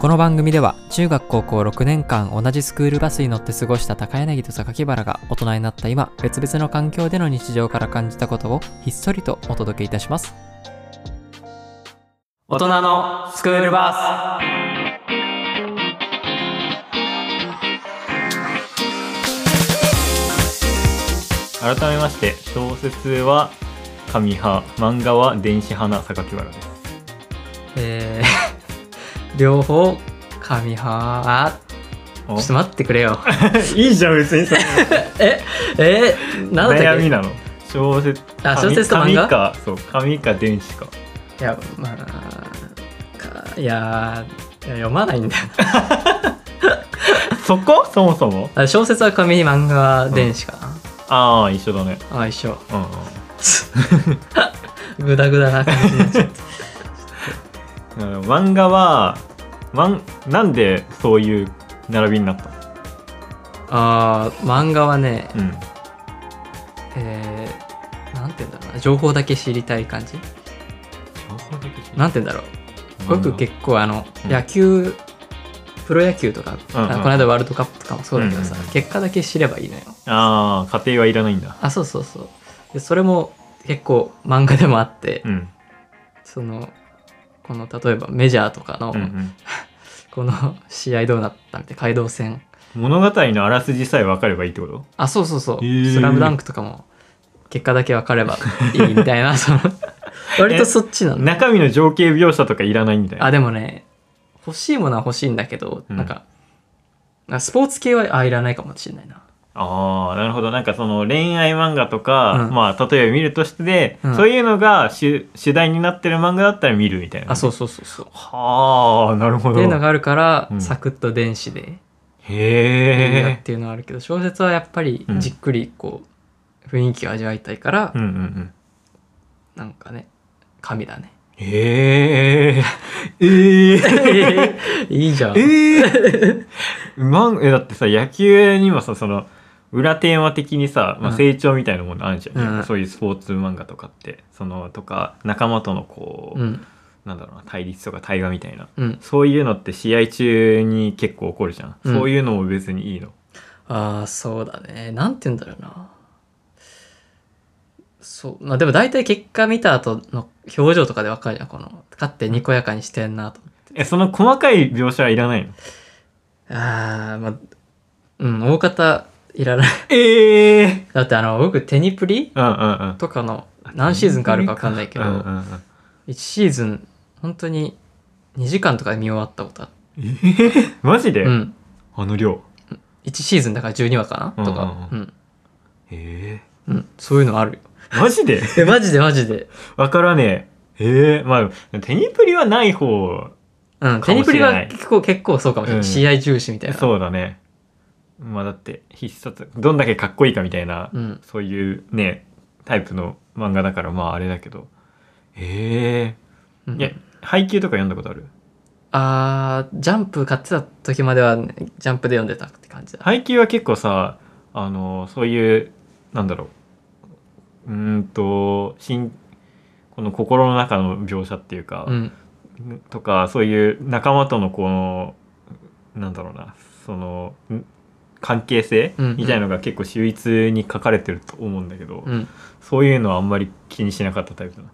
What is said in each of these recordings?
この番組では中学高校6年間同じスクールバスに乗って過ごした高柳と榊原が大人になった今別々の環境での日常から感じたことをひっそりとお届けいたします大人のスクールバス改めまして小説は紙派漫画は電子派な榊原ですえー、 両方神派ちょっと待ってくれよ いいじゃん別にそ れええー、なんだったっ悩けみなの小説あ紙小説と漫画紙かそう紙か電子かいやまあかいやいや読まないんだよそこそもそもあ小説は紙に漫画は電子かな、ああ一緒だねあ一緒うんうんグダグダな感じになっちゃっうん漫画はまんなんでそういう並びになったのたあー漫画はねうんえー、なんて言うんだろうな情報だけ知りたい感じなんて言うんだろう僕結構あの、うん野球プロ野球とか、うんうんあこの間ワールドカップとかもそうだけどさ、うんうんうん結果だけ知ればいいのよああ家庭はいらないんだあそうそうそうでそれも結構漫画でもあって、うんそのこの例えばメジャーとかの、うんうんこの試合どうなったみたいな街道戦物語のあらすじさえ分かればいいってことあそうそうそう「へースラムダンクとかも結果だけ分かればいいみたいな その割とそっちなんだ中身の情景描写とかいらないみたいなあでもね欲しいものは欲しいんだけど、うんなんかあスポーツ系はあいらないかもしれないなああなるほどなんかその恋愛漫画とか、うんまあ例えば見るとしてで、うんそういうのが主主題になってる漫画だったら見るみたいなあそううそうそうそうはあなるほってどいうへのがあるから、うんサクッと電子でいいなっえていうのはあるけど小説はやっぱりうんじっくりこう雰囲気を味わいたいから、うんうんうんなんかね神だね へえ えー、いいじゃんえーまんえだってさ野球にもさその裏テーマ的にさ、まあ、うん成長みたいなものあるじゃん、うんうんそういうスポーツ漫画とかってそのとか仲間とのこう、うんなんだろうな対立とか対話みたいなうんそういうのって試合中に結構起こるじゃん。うんそういうのも別にいいの。ああそうだねなんて言うんだろうなそうまあでも大体結果見た後の表情とかでわかるじゃんこの勝ってにこやかにしてんなとえ、その細かい描写はいらないのああまあうん大方いらない ええだってあの僕テニプリうんうんうん。とかの何シーズンかあるかわかんないけど、うんうんうん1シーズン本当に2時間とかで見終わったことあっえー、マジで、てうんあの量。 1シーズンだから12話かなとかううん、えうん、そういうのあるよ えマ ジでえマジでマジでわからねえ。ええまあ、テニプリはない方、うん、かテもニしプれリないは結構結構そうかもしれない、うん試合重視みたいなう、そうだね。まあだって、必殺、どんだけかっこいいかみたいな、ん、そういうね、タイプの漫画だから、まああれだけど。えうえんいや、配給とか読んだことあるあージャンプ買ってた時まではね、ジャンプで読んでたって感じだ、配給は結構さあのそういうなんだろううーんと心この心の中の描写っていうか、うんとかそういう仲間とのこのなんだろうなそのん関係性うんうんみたいのが結構秀逸に書かれてると思うんだけど、うん、そういうのはあんまり気にしなかったタイプだな。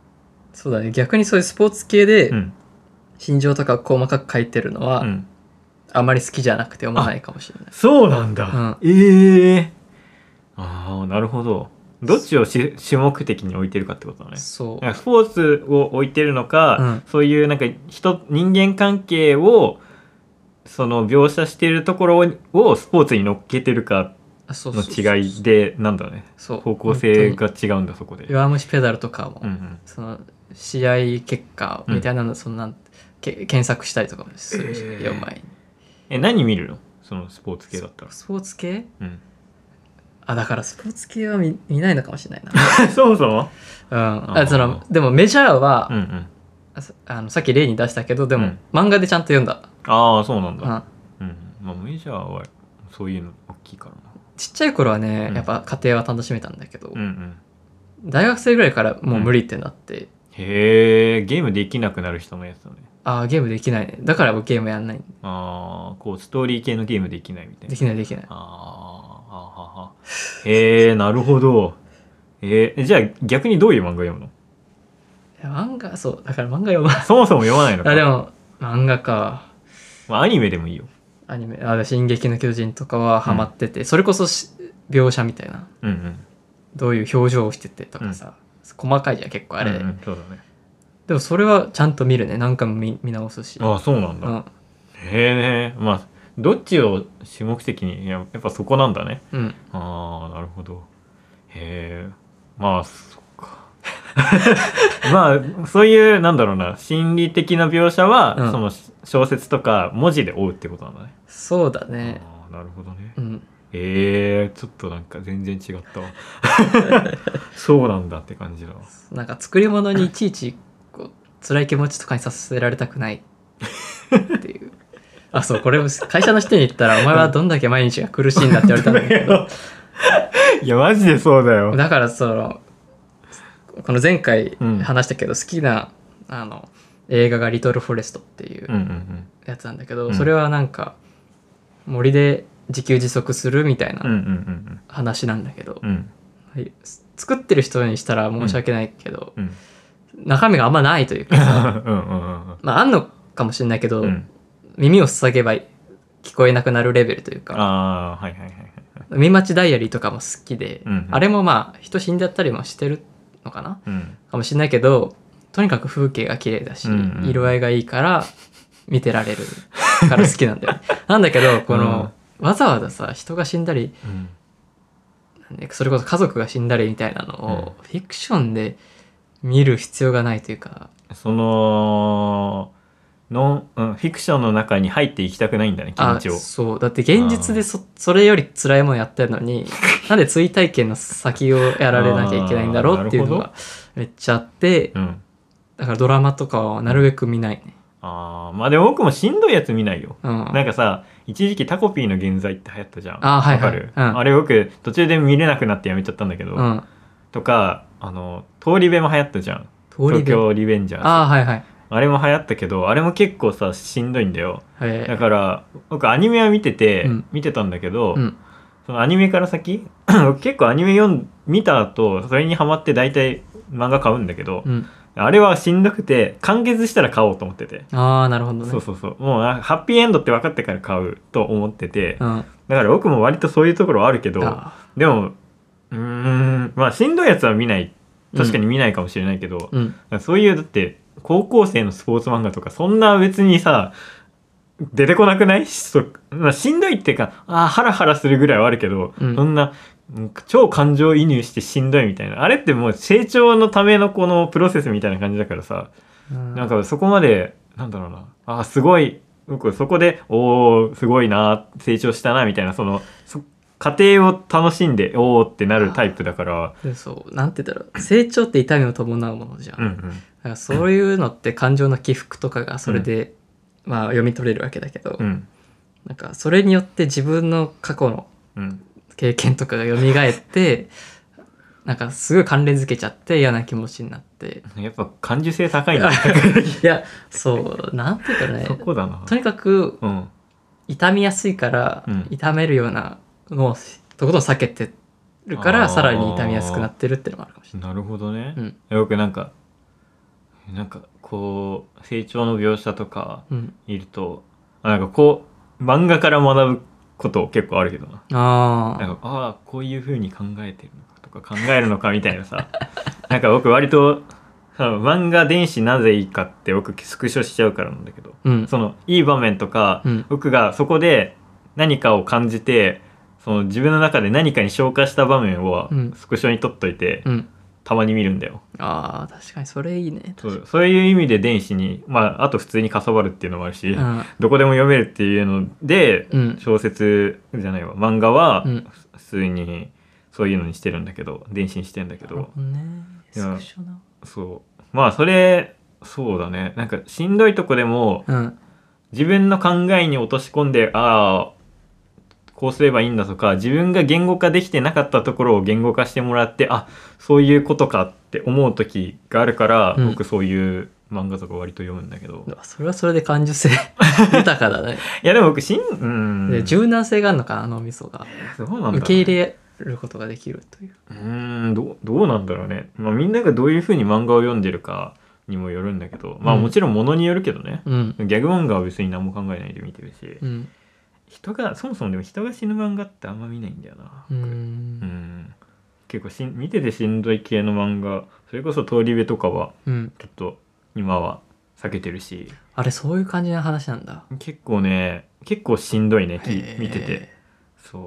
そうだね逆にそういうスポーツ系でうん心情とか細かく書いてるのは、うんあまり好きじゃなくて読まないかもしれないそうなんだ、ええああなるほどどっちをし主目的に置いてるかってことだねそうなんかスポーツを置いてるのか、うんそういうなんか人人間関係をその描写してるところををスポーツに乗っけてるかあそうそうそうの違いでなんだろうねそう方向性本が違うんだそこで当に。弱虫ペダルとかも、うんうんその試合結果みたいなの、そんなんけ検索したりとかもするし、えー読む前にえ何見るのそのスポーツ系だったら。スポーツ系 うん、あだからスポーツ系は見見ないのかもしれないなそもそも、うんああそのでもメジャーは、うんうん、あさあのさっき例に出したけどでも、うん漫画でちゃんと読んだ、ああそうなんうだ。ん、うんまあ、メジャーはそういうの大きいからな。ちっちゃい頃はね、うんやっぱ家庭は楽しめたんだけど、うんうん、大学生ぐらいからもう無理ってなって、へえゲームできなくなる人のやつだね。ああ、ゲームできないね。だから僕ゲームやんない。ああこうストーリー系のゲームできないみたいなできないできない。あーあーあーあーへえなるほどえー、じゃあ逆にどういう漫画読むのいや漫画、そう。だから漫画読まない。そもそも読まないのかあ、でも、漫画か。まあ、アニメでもいいよアニメ、あ、で進撃の巨人とかはハマってて、それこそし描写みたいな。うんうんどういう表情をしててとかさ。細かいじゃん、結構あれ。うんうんそうだねでもそれはちゃんと見るね。何回も見見直すし。ああそうなんだ、うん。へえまあどっちを主目的にいややっぱそこなんだねうん。ああなるほどへえまあそっか まあそういうなんだろうな心理的な描写は、うんその小説とか文字で追うってことなんだねそうだね。ああなるほどねうん。えー、ちょっとなんか全然違ったわそうなんだって感じだわなんか作り物にいちいちこう辛い気持ちとかにさせられたくないっていう。あ、そう、これも会社の人に言ったら、お前はどんだけ毎日が苦しいんだって言われたんだけど、 いやマジでそうだよだからその、この前回うん話したけど、好きな、あの、映画がリトルフォレストっていううんうんうんやつなんだけうど、んそれはなんか、森で自給自足するみたいうんうなんうん話なんだけどう、んはい作ってる人にしたら申し訳ないけど、うん中身があんまないというかうさ、んうんうんまあ、あんのかもしれないけど、うんうん耳を塞げば聞こえなくなるレベルというかああはいはいはいはい海町ダイアリーとかも好きで、うんあれもまあ人死んじゃったりもしてるのかなうんかもしれないけどとにかく風景が綺麗だし、うんうん色合いがいいから見てられるから好きなんだよ ねなんだけどこの、わざわざさ人が死んだりうんねそれこそ家族が死んだりみたいなのを、フィクションで見る必要がないというかそのノン、うん、フィクションの中に入っていきたくないんだね気持あちをそうだって現実でそそれより辛いもんやってるのに なんで追体験の先をやられなきゃいけないんだろうっていうのあーなるがめっちゃあってうんだからドラマとかはなるべく見ないねあーまあでも僕もしんどいやつ見ないようんなんかさ一時期タコピーの現在って流行ったじゃんあーはいわはいかる、うんあれ僕途中で見れなくなってやめちゃったんだけど、うんとかあの通り部も流行ったじゃん通り東で京リベンジャーズああはいはいあれも流行ったけどあれも結構さしんどいんだよえだから僕アニメは見てて、うん見てたんだけど、うんそのアニメから先 僕結構アニメ読ん見た後それにハマって大体漫画買うんだけど、うんあれはしんどくて完結したら買おうと思ってて、ああなるほどねそうそうそうもうなんかハッピーエンドって分かってから買うと思ってて、うんあだから僕も割とそういうところはあるけどあでもうーんまあしんどいやつは見ない確かに見ないかもしれないけど、うんそういうだって高校生のスポーツ漫画とかそんな別にさ出てこなくないしそまあ、しんどいっていうかあーハラハラするぐらいはあるけど、うんそんなうん超感情移入してしんどいみたいなあれってもう成長のためのこのプロセスみたいな感じだからさ、うんなんかそこまでなんだろうなあーすごい僕そこでおーすごいな成長したなみたいなそのそ過程を楽しんでおーってなるタイプだから、でそうなんて言ったら成長って痛みを伴うものじゃん、うんうだんからそういうのって感情の起伏とかがそれで、まあ読み取れるわけだけど、うんなんかそれによって自分の過去のうん、経験とかが蘇 ってなんかすごい関連づけちゃって嫌な気持ちになってやっぱ感受性高い ないやそうなんていうかねそこだなとにかくうん痛みやすいからうん痛めるようなのをとことん避けてるかあらーさらに痛みやすくなってるっていうのもあるかもしれなるほどね、ない。よくなんかなんかこう成長の描写とかうんうん、いるとあなんかこう漫画から学ぶこと結構あるけどなあなーんかああこういうふうに考えてるのかとか考えるのかみたいなさ なんか僕割とあの漫画電子なぜいいかって僕スクショしちゃうからなんだけどうんそのいい場面とか、うん僕がそこで何かを感じてその自分の中で何かに消化した場面をうんスクショに撮っといて、うん、たまに見るんだよあー確かにそれいいね。そうそういう意味で電子にまああと普通にかさばるっていうのもあるし、うんどこでも読めるっていうので、うん小説じゃないわ漫画はうん普通にそういうのにしてるんだけど電子にしてんだけなるどほどねいスやクショなそうまあそれそうだねなんかしんどいとこでもうん自分の考えに落とし込んでああこうすればいいんだとか自分が言語化できてなかったところを言語化してもらってあそういうことかって思う時があるから、うん僕そういう漫画とか割と読むんだけどうわそれはそれで感 受性豊かだね。いやでも僕しんうんで柔軟性があるのかなあの味噌が。そうなんだろうね受け入れることができるという。うーんどうどうなんだろうね、まあ、みんながどういうふうに漫画を読んでるかにもよるんだけどまあうんもちろんものによるけどね、うん。ギャグ漫画は別に何も考えないで見てるし、うん。人がそもそもでも人が死ぬ漫画ってあんま見ないんだよな、う。僕うんん結構しん見ててしんどい系の漫画それこそ「通り部」とかはうん。ちょっと今は避けてるしあれ、そういう感じの話なんだ。結構ね結構しんどいねきへー見てて。そう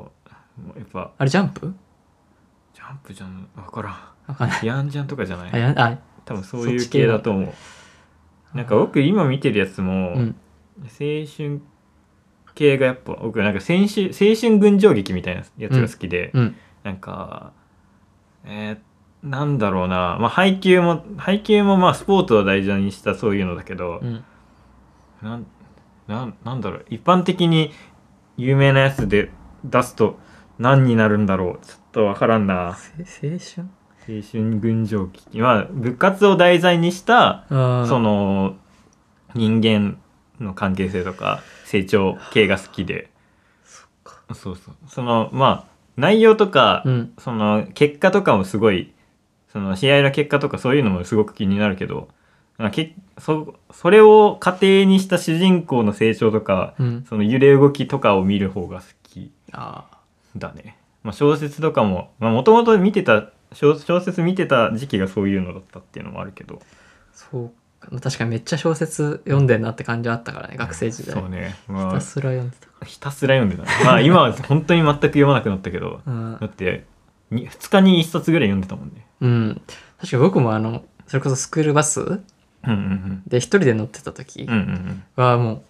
もうやっぱあれ、ジャンプジャンプじゃん分からんわか んない。ヤンジャンとかじゃないあ、やあ多分そういう系だと思うなんか僕今見てるやつも、うん。青春系がやっぱ僕なんか青春青春群青劇みたいなやつが好きで、うん。なんかえーなんだろうな、まあ、配球も配球もまあスポーツを大事にしたそういうのだけど、うん。なんなんなんだろう一般的に有名なやつで出すと何になるんだろうちょっとわからんなせ青春青春群青劇まあ部活を題材にしたあーその人間の関係性とか成長系が好きでそうそうそのまあ内容とか、うん。その結果とかもすごいその試合の結果とかそういうのもすごく気になるけどなんかけそそれを過程にした主人公の成長とかうん。その揺れ動きとかを見る方が好きああ。だね、まあ、小説とかももともと見てた小小説見てた時期がそういうのだったっていうのもあるけどそうか。確かにめっちゃ小説読んでんなって感じはあったからね、学生時代。そうね、まひあた、すら読んでたかひたすら読んでた、 まあ今は本当に全く読まなくなったけどら。うんだ。ってに2日に1冊ぐらい読んでたもんねうん。確か僕もあの、それこそスクールバスうんうんで一人で乗ってた時うんうんうんうんはもう、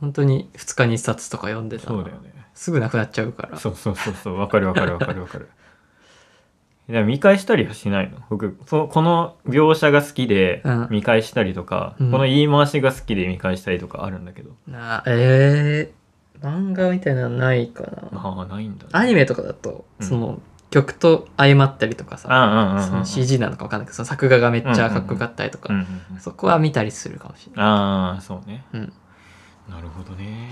本当に2日に1冊とか読んでた。そうだよねすぐなくなっちゃうから。そうそうそうそうわかるわかるわかるわかるいや見返したりはしないの僕そこの描写が好きでうん見返したりとか、うんこの言い回しが好きで見返したりとかあるんだけど、なあ、ええ漫画みたいなのないかな。まあないんだ、ね、アニメとかだと、うんその、曲と相まったりとかさ、あうんうんそうんうんの CG なのかわかんないけど、その作画がめっちゃかっこよかったりとか、うんうんうんそこは見たりするかもしれない。ああそうねうん。なるほどね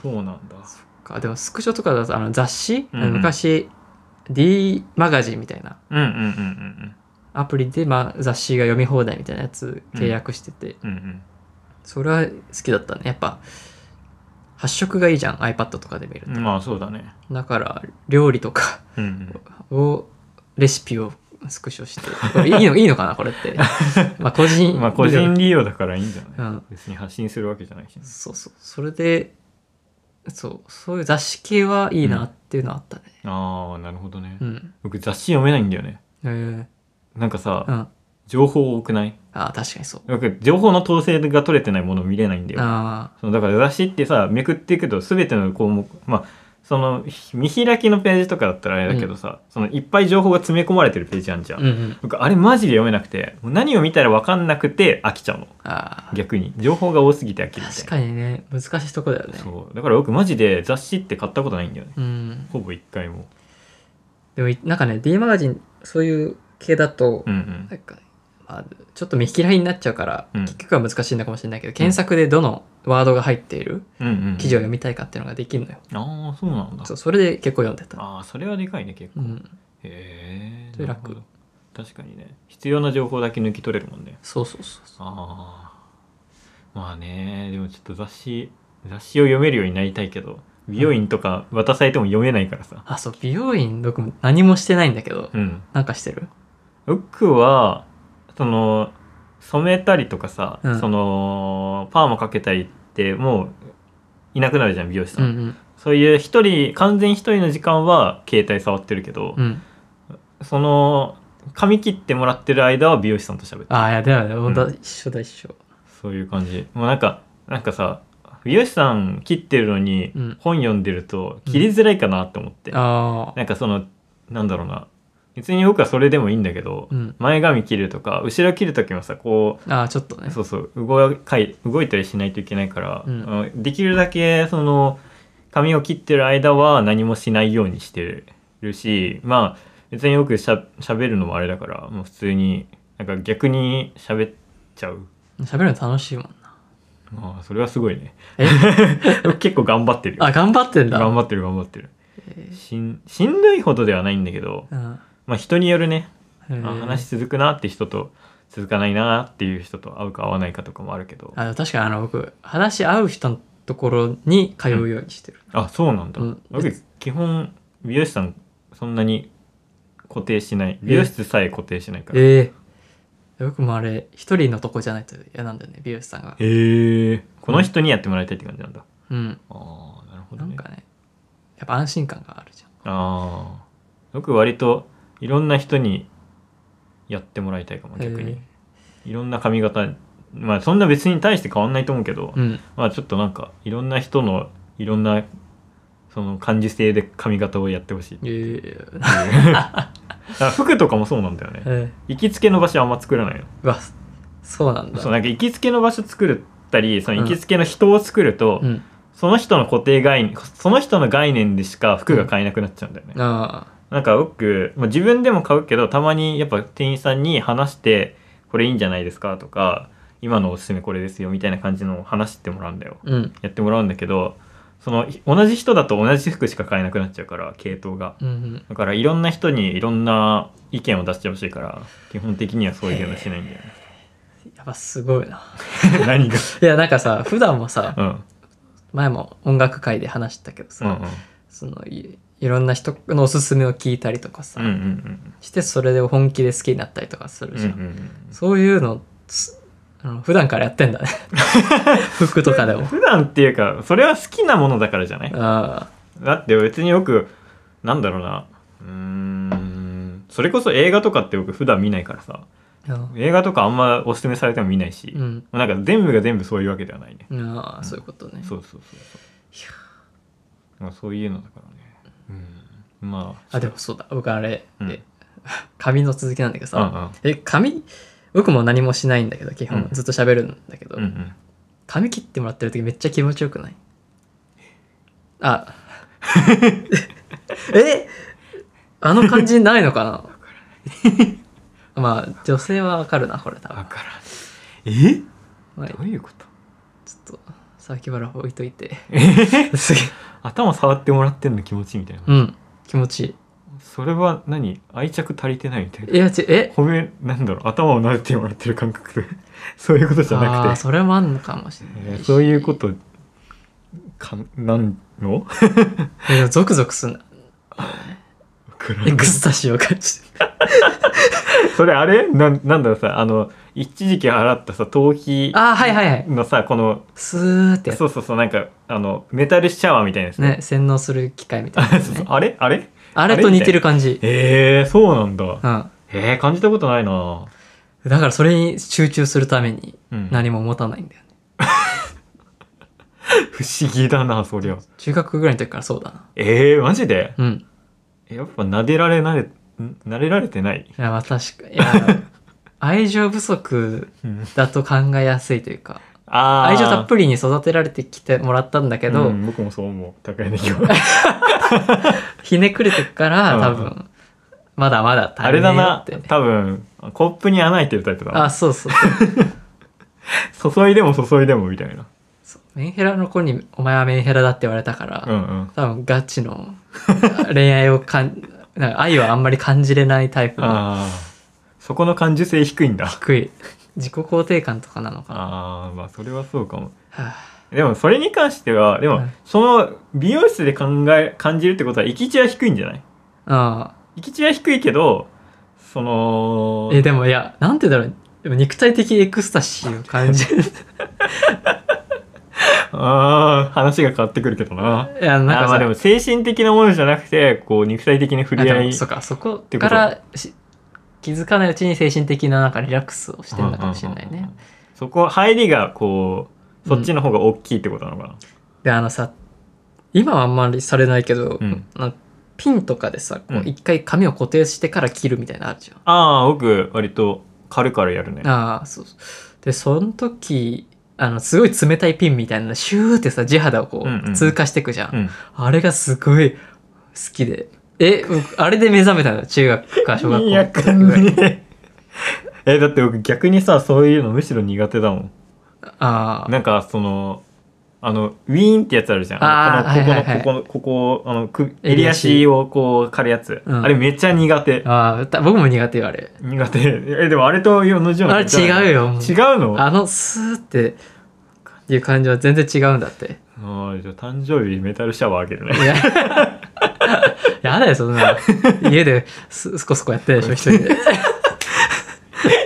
そうなんだかでもスクショとかだとあの雑誌、うんうん昔 D マガジンみたいなうんうんうんうんアプリで、まあ、雑誌が読み放題みたいなやつ契約してて、うんうんそれは好きだったねやっぱ発色がいいじゃん iPad とかで見ると、うんまあそうだねだから料理とか うんうんをレシピをスクショしてこれいいのいいのかなこれ ってまあ個人まあ個人利用だからいいん じゃうないん別に発信するわけじゃないしねそうそうそれでそうそういう雑誌系はいいなっていうのはあったねああなるほどねうん、僕雑誌読めないんだよねえーなんかうんさあ情報多くないあ確かにそう僕情報の統制が取れてないもの見れないんだよあそのだから雑誌ってさめくっていくと全ての項目まあその見開きのページとかだったらあれだけどさ、そのいっぱい情報が詰め込まれてるページあんじゃあ、うんうん。僕あれマジで読めなくてもう何を見たら分かんなくて飽きちゃうのああ、逆に情報が多すぎて飽きるみたい確なかにね、難しいとこだよね。そうだから僕マジで雑誌って買ったことないんだよねうん。ほぼ一回もでもい、なんかね、D マガジン、そういう系だと、うんうんなんか、まあ、ちょっと見開きになっちゃうから、うん結局は難しいのかもしれないけど、検索でどのワードが入っているうんうん記事を読みたいかっていうのができるのよ。ああそうなんだそう、それで結構読んでた。ああそれはでかいね結う構、ん。へそれえ楽確かにね必要な情報だけ抜き取れるもんねそうそうそうそう。ああまあねでもちょっと雑誌雑誌を読めるようになりたいけど美容院とか渡されても読めないからさあ、そう、美容院、僕も何もしてないんだけど、うんなんかしてる僕はその染めたりとかさ、うんそのパーマかけたりってもういなくなるじゃん美容師さ、うんんそういう一人完全一人の時間は携帯触ってるけど、うん。うん。その髪切ってもらってる間は美容師さんと喋ってるああ、いや、だよね、ほんとう一緒だ一緒。そういう感じもうなんかなんかさ美容師さん切ってるのにうん本読んでると切りづらいかなって思って、ああ、なんかそのなんだろうな別に僕はそれでもいいんだけど、うん前髪切るとか後ろ切る時もさこうああ、ちょっとね。そうそう動かい動いたりしないといけないから、うんあのできるだけその髪を切ってる間は何もしないようにしてるしまあ別によくしゃ喋るのもあれだからもう普通になんか逆に喋っちゃう喋るの楽しいもんな。ああそれはすごいねえ 結構頑張ってるよあ、頑張ってんだ。頑張ってる頑張ってるえしんしんどいほどではないんだけど、ーまあ、人によるね、うん。えあー話続くなって人と続かないなっていう人と合うか合わないかとかもあるけどああの確かにあの僕話し合う人のところに通うようにしてる、そうなんだ、うん僕基本美容師さんそんなに固定しない美容室さえ固定しないからへええ僕もあれ一人のとこじゃないと嫌なんだよね美容師さんがえこの人にやってもらいたいって感じなんだ、うんああなるほなどんねかねやっぱ安心感があるじゃんああ僕割といろんな人にやってもらいたいかも逆に、えいろんな髪型まあそんな別に大して変わんないと思うけど、えうんまあちょっとなんかいろんな人のいろんなその感受性で髪型をやってほしいえ あ服とかもそうなんだよねええ行きつけの場所あんま作らないのうわそうなんだそうなんか行きつけの場所作ったりそのうん行きつけの人を作ると、うんその人の固定概念その人の概念でしか服が買えなくなっちゃうんだよね、あなんか僕、まあ、自分でも買うけどたまにやっぱ店員さんに話してこれいいんじゃないですかとか今のおすすめこれですよみたいな感じのを話してもらうんだよあうんやってもらうんだけどそのい同じ人だと同じ服しか買えなくなっちゃうから系統がうんうんだからいろんな人にいろんな意見を出してほしいから基本的にはそういうのはしないんだよねやっぱすごいな 何がいやなんかさ普段もさうん前も音楽会で話したけどさ、うんうんそのいいろんな人のおすすめを聞いたりとかさ、うんうんしてそれで本気で好きになったりとかすうるんじうゃんん、うんそういうのつあの普段からやってん だね服とかでも普段っていうかそれは好きなものだからじゃないあだって別によくなんだろうなうーんそれこそ映画とかって僕普段見ないからさあうん映画とかあんまおすすめされても見ないし、うんなんか全部が全部そういうわけではないねああそういうことねそうそうそうそうまあそういうのだからねうんまああでもそうだ僕あれ、うんえ 髪の続きなんだけどうんさ、え髪僕も何もしないんだけど基本うんずっと喋るんだけど、うんうんうん髪切ってもらってる時めっちゃ気持ちよくないあ えあの感じないのかなまあ女性はわかるなこれ多分わからんえまあ、ちょどういうことっと先原置いといて えすげえ頭触ってもらってんの気持ちいいみたいな、うん気持ちいそれは何愛着足りてないみたいないいやちえ褒めなんだろう頭を撫でてもらってる感覚で そういうことじゃあなーくてそれもあんのかもしれえないーそうういうことかなんのゾクゾクすんなわからんエクスタシーを感じてそれあれなんなんだろうさあの一時期払ったさ頭皮あーはいはいはいのさこのスーってやつそうそうそうなんかあのメタルシャワーみたいなやつね洗脳する機械みたあいなやつ そうね、そうあれあれあれと似てる感じえー、そうなんだうんえー、感じたことないな、だからそれに集中するためにうん、何も持たないんだよね、不思議だなそりゃ中学ぐらいの時からそうだなえー、マジでうんやっぱ撫でられなれん慣れられてない、いやまあ確 かいや愛情不足うん、だと考えやすいというかあ愛情たっりぷりに育てられてきてもらったんだけど、僕もそう思う高柳はひねくれてっからうん多分まだまだ あ足れりねだえよっなて多分コップに穴開いてるタイプだあなそうそう注いでも注いでもみたいなそうメンヘラの子に「お前はメンヘラだ」って言われたから、うんうん多分ガチの 恋愛をかんなんか愛はあんまり感じれないタイプのああそこの感受性低いんだ低い自己肯定感とかなのかな、ああまあそれはそうかもはあでもそれに関してはでも、はいその美容室で考え感じるってことは行き地は低いんじゃないあ行き地は低いけどそのあえでもいやなんて言うんだろうでも肉体的エクスタシーを感じ るいあー話が変わってくるけどなやなんあかーまさあでも精神的なものじゃなくてこう肉体的な触れあ合でいもそうかそこてこかとらし気づかないうちに精神的ななんかリラックスをしてるのかもしれないね、うんうんうんうんそこ入りがこうそっちの方が大きいってことなのかなであのさ今はあんまりされないけど、うんなんかピンとかでさこううん一回髪を固定してから切るみたいなのあるじゃん、ああ僕割と軽々やるねああそうそうでその時あのすごい冷たいピンみたいなのシューってさ地肌をこうんううん通過していくじゃん、うんあれがすごい好きで。え、僕あれで目覚めたの中学か小学校いやの時ぐらい。ね えだって僕逆にさそういうのむしろ苦手だもんあーなんかそのあのウィーンってやつあるじゃんあのあーこの、はいはいはいここのここあのく襟足襟足をこう刈るやつ、うんあれめっちゃ苦手あーた僕も苦手よあれ苦手えでもあれと同じようなあれ感じなの違うよもう違うのああのスーっていう感じは全然違うんだってーじゃあ誕生日メタルシャワーあげるいねややだよそんなの家ですすこすこやってるでしょ一人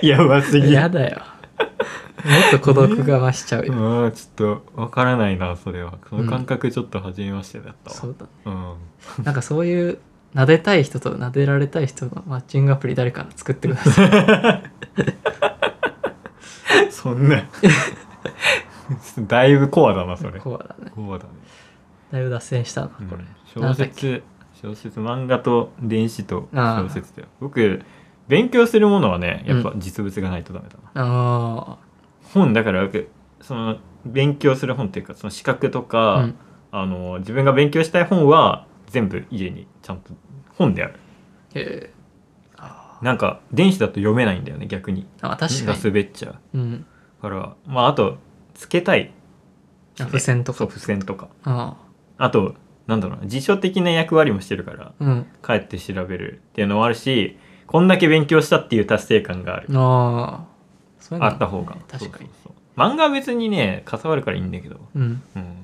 やばすでぎる やだよもっと孤独が増しちゃう うよ、んちょっとわからないなそれはその感覚ちょっと初めましてだったわそうだうんなんかそういう撫でたい人と撫でられたい人のマッチングアプリ誰か作ってくださいそんな だいぶコアだなそれこうだねコアだね、だいぶ脱線したなうんこれ、小説小説漫画と電子とあー小説だよ僕勉強するものはねやっぱう実物がないとダメだな、あ本だから僕その勉強する本っていうかその資格とあか、うんあの自分が勉強したい本は全部家にちゃんと本であるええなんか電子だと読めないんだよね逆にあ確かがに、滑っちゃううん、からまああとつけたいあ付箋とそかう付箋とかああとなんだろうな辞書的な役割もしてるからあうん帰って調べるっていうのもあるしこんだけ勉強したっていう達成感があるああそういうのあった方が確かにそうそうそう漫画は別にねかさわるからいいんだけど、うんうん、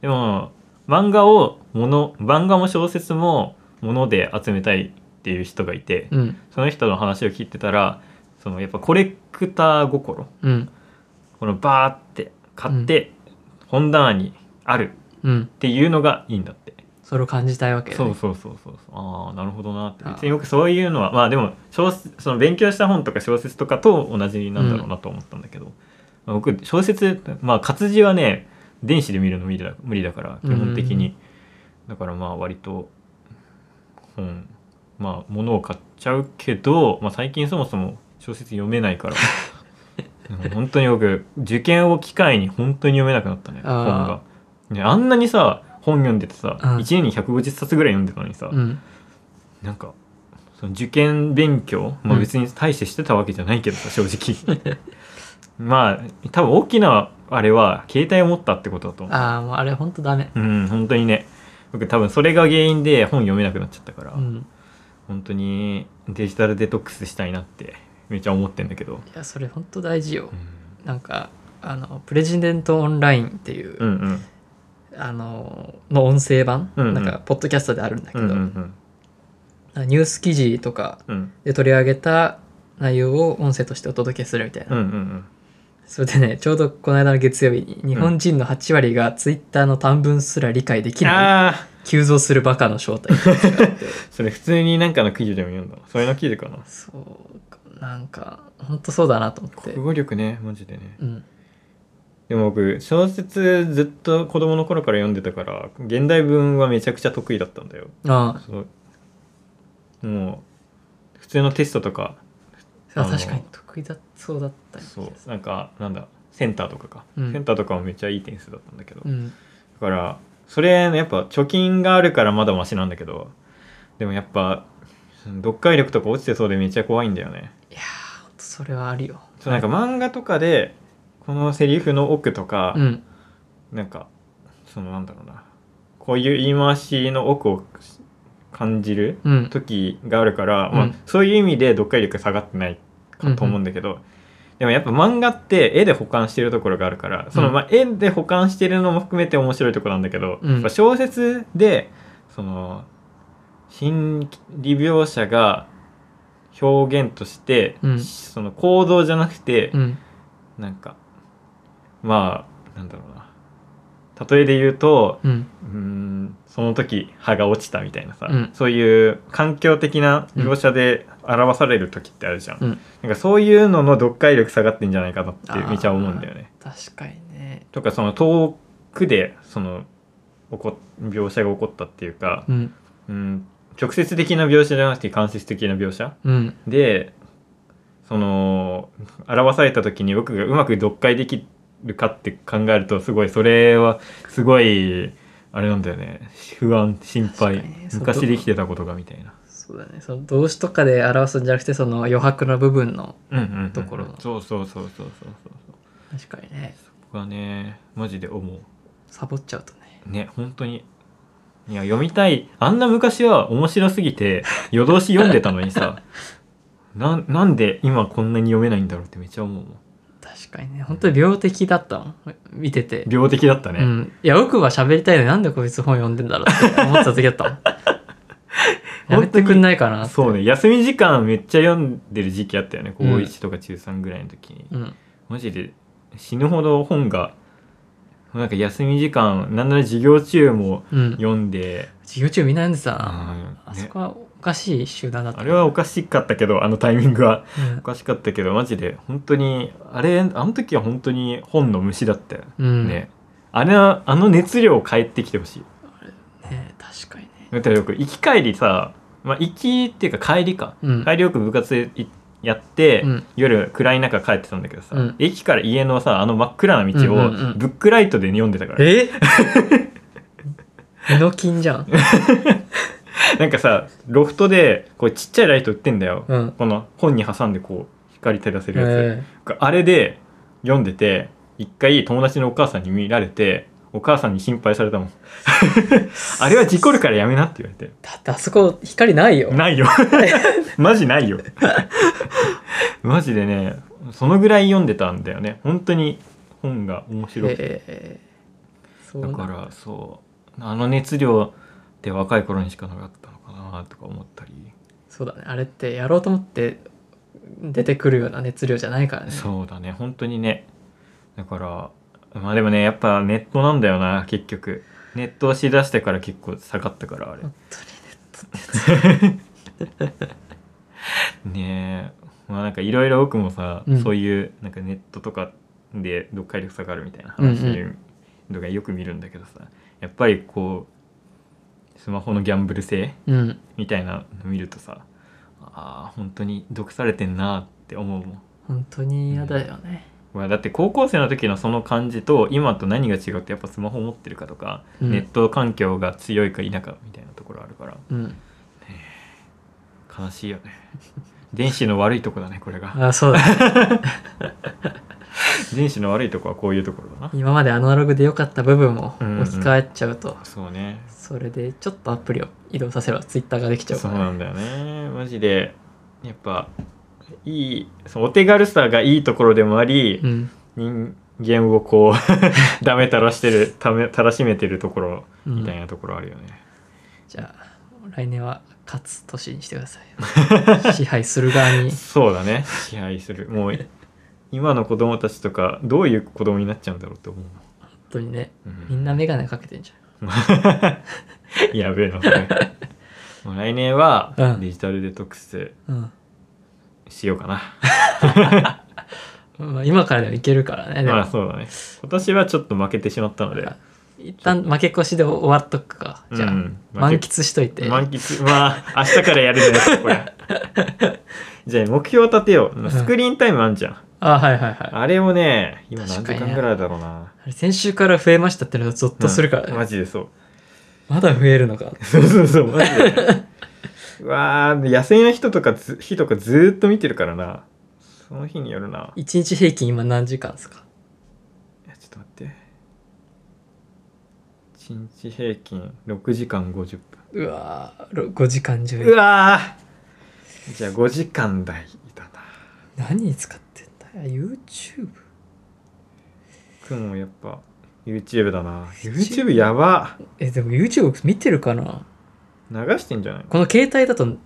でも漫画をもの漫画も小説ももので集めたいっていう人がいて、うんその人の話を聞いてたらそのやっぱコレクター心うんこのバーって買って本棚にあるうんっていうのがいいんだって、それを感じたいわけねそうそうそうそうそうああなるほどなってあー別に僕そういうのはまあでも小説その勉強した本とか小説とかと同じなんだろうなと思ったんだけど、まあ僕小説まあ活字はね電子で見るの無理だ無理だから基本的に、だからまあ割と本まあ物を買っちゃうけど、まあ、最近そもそも小説読めないからうん本当に僕受験を機会に本当に読めなくなったねあー本が。ね、あんなにさ本読んでてさ、うん1年に150冊ぐらい読んでたのにさ、うんなんかその受験勉強、まうんあ、別に大してしてたわけじゃないけどさ、正 直まあ多分大きなあれは携帯を持ったってことだと思うああもうあれほんとダメうん本当にね僕多分それが原因で本読めなくなっちゃったから、うん本当にデジタルデトックスしたいなってめちゃ思ってんだけど、いやそれほんと大事ようなんかあのプレジデントオンラインっていう、ん、うんうんあのの音声版、うんうんなんかポッドキャストであるんだけうど、んうんなんかニュース記事とかうんうんで取り上げた内容を音声としてお届けするみたいな、うんうんそれでねちょうどこの間の月曜日に日本人の8割がツイッターの短文すら理解できうんない、ああ急増するバカの正体 ってやつがあってそれ普通になんかの記事でも読んだそれの記事かなそうなんかほんとそうだなと思って国語力ねマジでねうんでも僕小説ずっと子供の頃から読んでたから現代文はめちゃくちゃ得意だったんだよあそうもう普通のテストとかああの確かに得意だそうだった気そがうすなんかなんだセンターとかか、うんセンターとかもめっちゃいい点数だったんだけど、るうんだからそれやっぱ貯金があるからまだマシなんだけどでもやっぱ読解力とか落ちてそうでめっちゃ怖いんだよねいやーほんとそれはあるよそうなんか漫画とかでこのセリフの奥とか、うんなんかそのなんだろうなこういう言い回しの奥を感じるうん時があるから、まうあん、そういう意味で読解力下がってないかと思うんだけど、でもやっぱ漫画って絵で保管してるところがあるからその、うんまあ、絵で保管してるのも含めて面白いところなんだけど、うんやっぱ小説でその心理描写が表現として、うんその行動じゃなくて、うんなんかまあなんだろうな例えで言うとうんうーんその時歯が落ちたみたいなさ、うんそういう環境的な描写で表される時ってあるじゃん、うんなんかそういうのの読解力下がってんじゃないかなってめちゃ思うんだよね確かにねとかその遠くでその起こ描写が起こったっていうか、うんうん、直接的な描写じゃなくて間接的な描写、うんでその表された時に僕がうまく読解できるかって考えるとすごいそれはすごいあれなんだよね不安心確かに配ねそう昔できてたことがみたいなそそうだねその動詞とかで表すんじゃなくてその余白の部分のうんうんうんところのそうそうそうそうそうそう確かにね僕はねマジで思うサボっちゃうとねね本当にいや読みたいあんな昔は面白すぎて夜通し読んでたのに さなんなんで今こんなに読めないんだろうってめっちゃ思うもん確かにね本当に病的だったもん見てて、病的だったね、うんいや奥は喋りたいのになんでこいつ本読んでんだろうって思ってた時だった もんやめてくんないかなってそうね休み時間めっちゃ読んでる時期あったよね高うん1とか中3ぐらいの時に、うんマジで死ぬほど本がなんか休み時間なんなら授業中もうん読んで、授業中みんな読んでたな、ああそこはおかしい集団だったあれはおかしかったけどあのタイミングはうんおかしかったけどマジで本当にあれあの時は本当に本の虫だったようんね、あれはあの熱量返ってきてほしいね確かにねだからよく行き帰りさ、まあ、行きっていうか帰りか、うん帰りよく部活いやって、うん夜暗い中帰ってたんだけどさ、うん駅から家のさあの真っ暗な道うんをうんうんブックライトで読んでたから、え エノキンじゃんなんかさロフトでこうちっちゃいライト売ってんだよ、 うんこの本に挟んでこう光照らせるやつ、えあれで読んでて一回友達のお母さんに見られてお母さんに心配された もんあれは事故るからやめなって言われてーだってあそこ光ないよ ないよマジないよマジでねそのぐらい読んでたんだよね本当に本が面白くて、えーそうだなんからそうあの熱量って若い頃にしかなかったのかなとか思ったり、そうだねあれってやろうと思って出てくるような熱量じゃないからねそうだね本当にねだからまあでもねやっぱネットなんだよな結局ネットをしだしてから結構下がったからあれ本当にねえまあなんかいろいろ僕もさ、うんそういうなんかネットとかで読解力下がるみたいな話うんうとかよく見るんだけどさやっぱりこうスマホのギャンブル性うんみたいなの見るとさあー本当に毒されてんなって思うもん、本当に嫌だよね、まあ、だって高校生の時のその感じと今と何が違うってやっぱスマホ持ってるかとか、うんネット環境が強いか否かみたいなところあるからうん、悲しいよね 電子の悪いとこだねこれがあそうだ ね電子の悪いとこはこういうところだな今までアナログで良かった部分を置きうん換えちゃうと、そうねそれでちょっとアプリを移動させればツイッターができちゃうそかうらね、なんだよねマジでやっぱいいそのお手軽さがいいところでもあり、うん人間をこう ダメたらしてるためたらしめてるところうんみたいなところあるよね、じゃあ来年は勝つ年にしてくださ い支配する側にそうだね支配するもう今の子供たちとかどういう子供になっちゃうんだろうって思う本当にねうんみんな眼鏡かけてんじやべえなこ れもう来年はうんデジタルデトックスゃん、しようかな、うんまあ、今からでもいけるからねでも、まあそうだね今年はちょっと負けてしまったので一旦負け越しで終わっとくかじゃあ、うん負け満喫しといて満喫まあ明日からやるじゃないですか これじゃあ目標立てようスクリーンタイムあんじゃん、あはいはいはいあれもね今何確か時にね間ぐらいだろうなあれ先週から増えましたってのがゾッとするからね、うんマジでそうまだ増えるのかそうそうそうマジで、うわー野生の人とかず日とかずーっと見てるからなその日によるな一日平均今何時間ですかいやちょっと待って1日平均6時間50うわー5時間分う10わーじゃあ5時間台だな何に使ってんだよ YouTube くんもやっぱ YouTube だな YouTube やばえでも YouTube 見てるかな流してんじゃないのこの携帯だと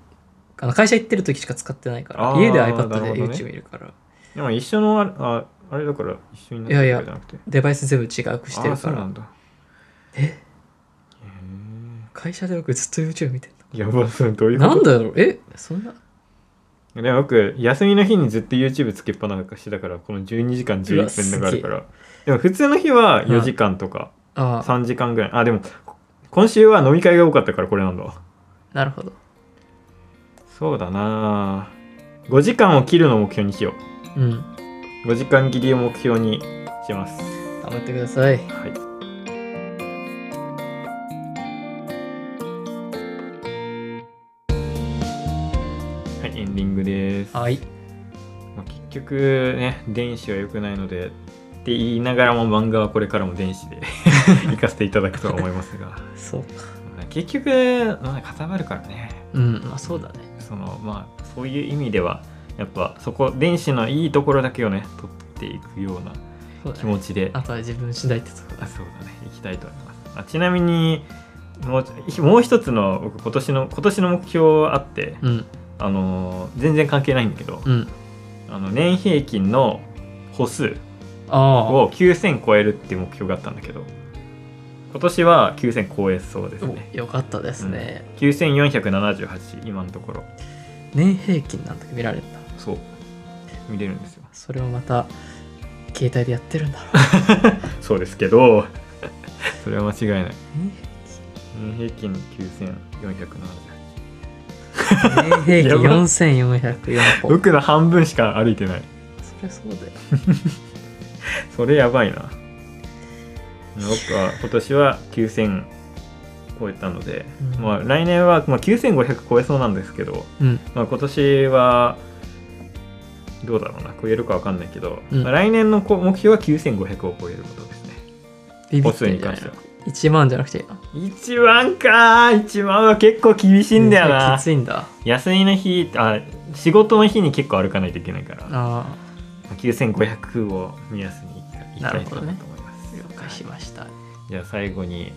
あの会社行ってる時しか使ってないからあー家でな iPad るでほどね YouTube 見るからでも一緒のあああれだから一緒になっいやいてるやわけじゃなくてデバイス全部違くしてあるあかそうならんだえへ会社で僕ずっと YouTube 見てるえやばそうどういうこなとんだろうえそんなでも僕休みの日にずっと YouTube つけっぱなしだからこの12時間11分だからからでも普通の日は4時間とかああ3時間ぐらいあでもこ今週は飲み会が多かったからこれなんだわなるほどそうだな5時間を切るのを目標にしようんう5時間切りを目標にします頑張ってくださいはいはいエンディングです、はいまあ結局ね電子は良くないのでって言いながらも漫画はこれからも電子で 行かせていただくとは思いますがそうか結局、まあ、固まるからねうんまあそうだねそのまあそういう意味ではやっぱそこ電子のいいところだけをね取っていくようなそうだね気持ちであとは自分次第ってとこあそうだね行きたいと思いますあちなみにもうもう一つの僕今年の今年の目標あって、うんあのー全然関係ないんだけど、うんあの年平均の歩数ああを9000超えるっていう目標があったんだけど今年は9000超えそうですねおよかったですね、 9478今のところ年平均なんて見られるんだそう見れるんですよそれをまた携帯でやってるんだろ うそうですけど それは間違いない年年平均9478平均やば4404歩僕の半分しか歩いてないそりゃそうだよそれやばいな僕は今年は9000超えたので、うんまあ、来年は、まあ、9500超えそうなんですけど、うんまあ、今年はどうだろうな超えるかわかんないけど、うんまあ来年のこ目標は9500を超えることですねビビ歩って数んにじゃない関してのは1万じゃなくていいの1万かー1万は結構厳しいんだようんなきついんだ休みの日あ仕事の日に結構歩かないといけないからあ9500を目安にいきたいと思います、あ了解しましたじゃあ最後に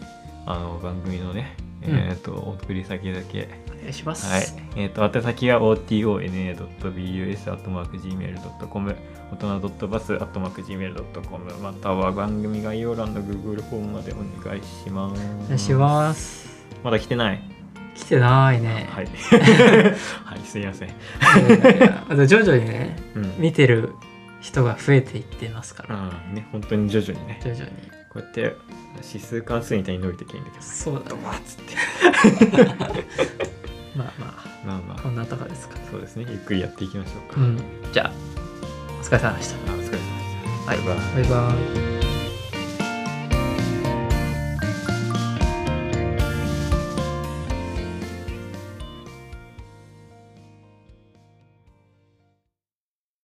あの番組のね、うんえっ、とお送り先だけお願いしますはい、えっ、と宛先は otona.bus.gmail.com 大人 .bus.gmail.com または番組概要欄の Google フォームまでお願いしますお願いしますまだ来てない来てないね、はい はいすいませんいやいやいや あと徐々にねうん、うん見てる人が増えていってますから、ね本当に徐々にね徐々にこうやって指数関数みたいに伸びてきていいんだけどそうだねバッつって まあまあまあまこんなとこですかあそうですねゆっくりやっていきましょううか、んじゃあお疲れ様でしたあお疲れ様でしたはいバイバイバイバイ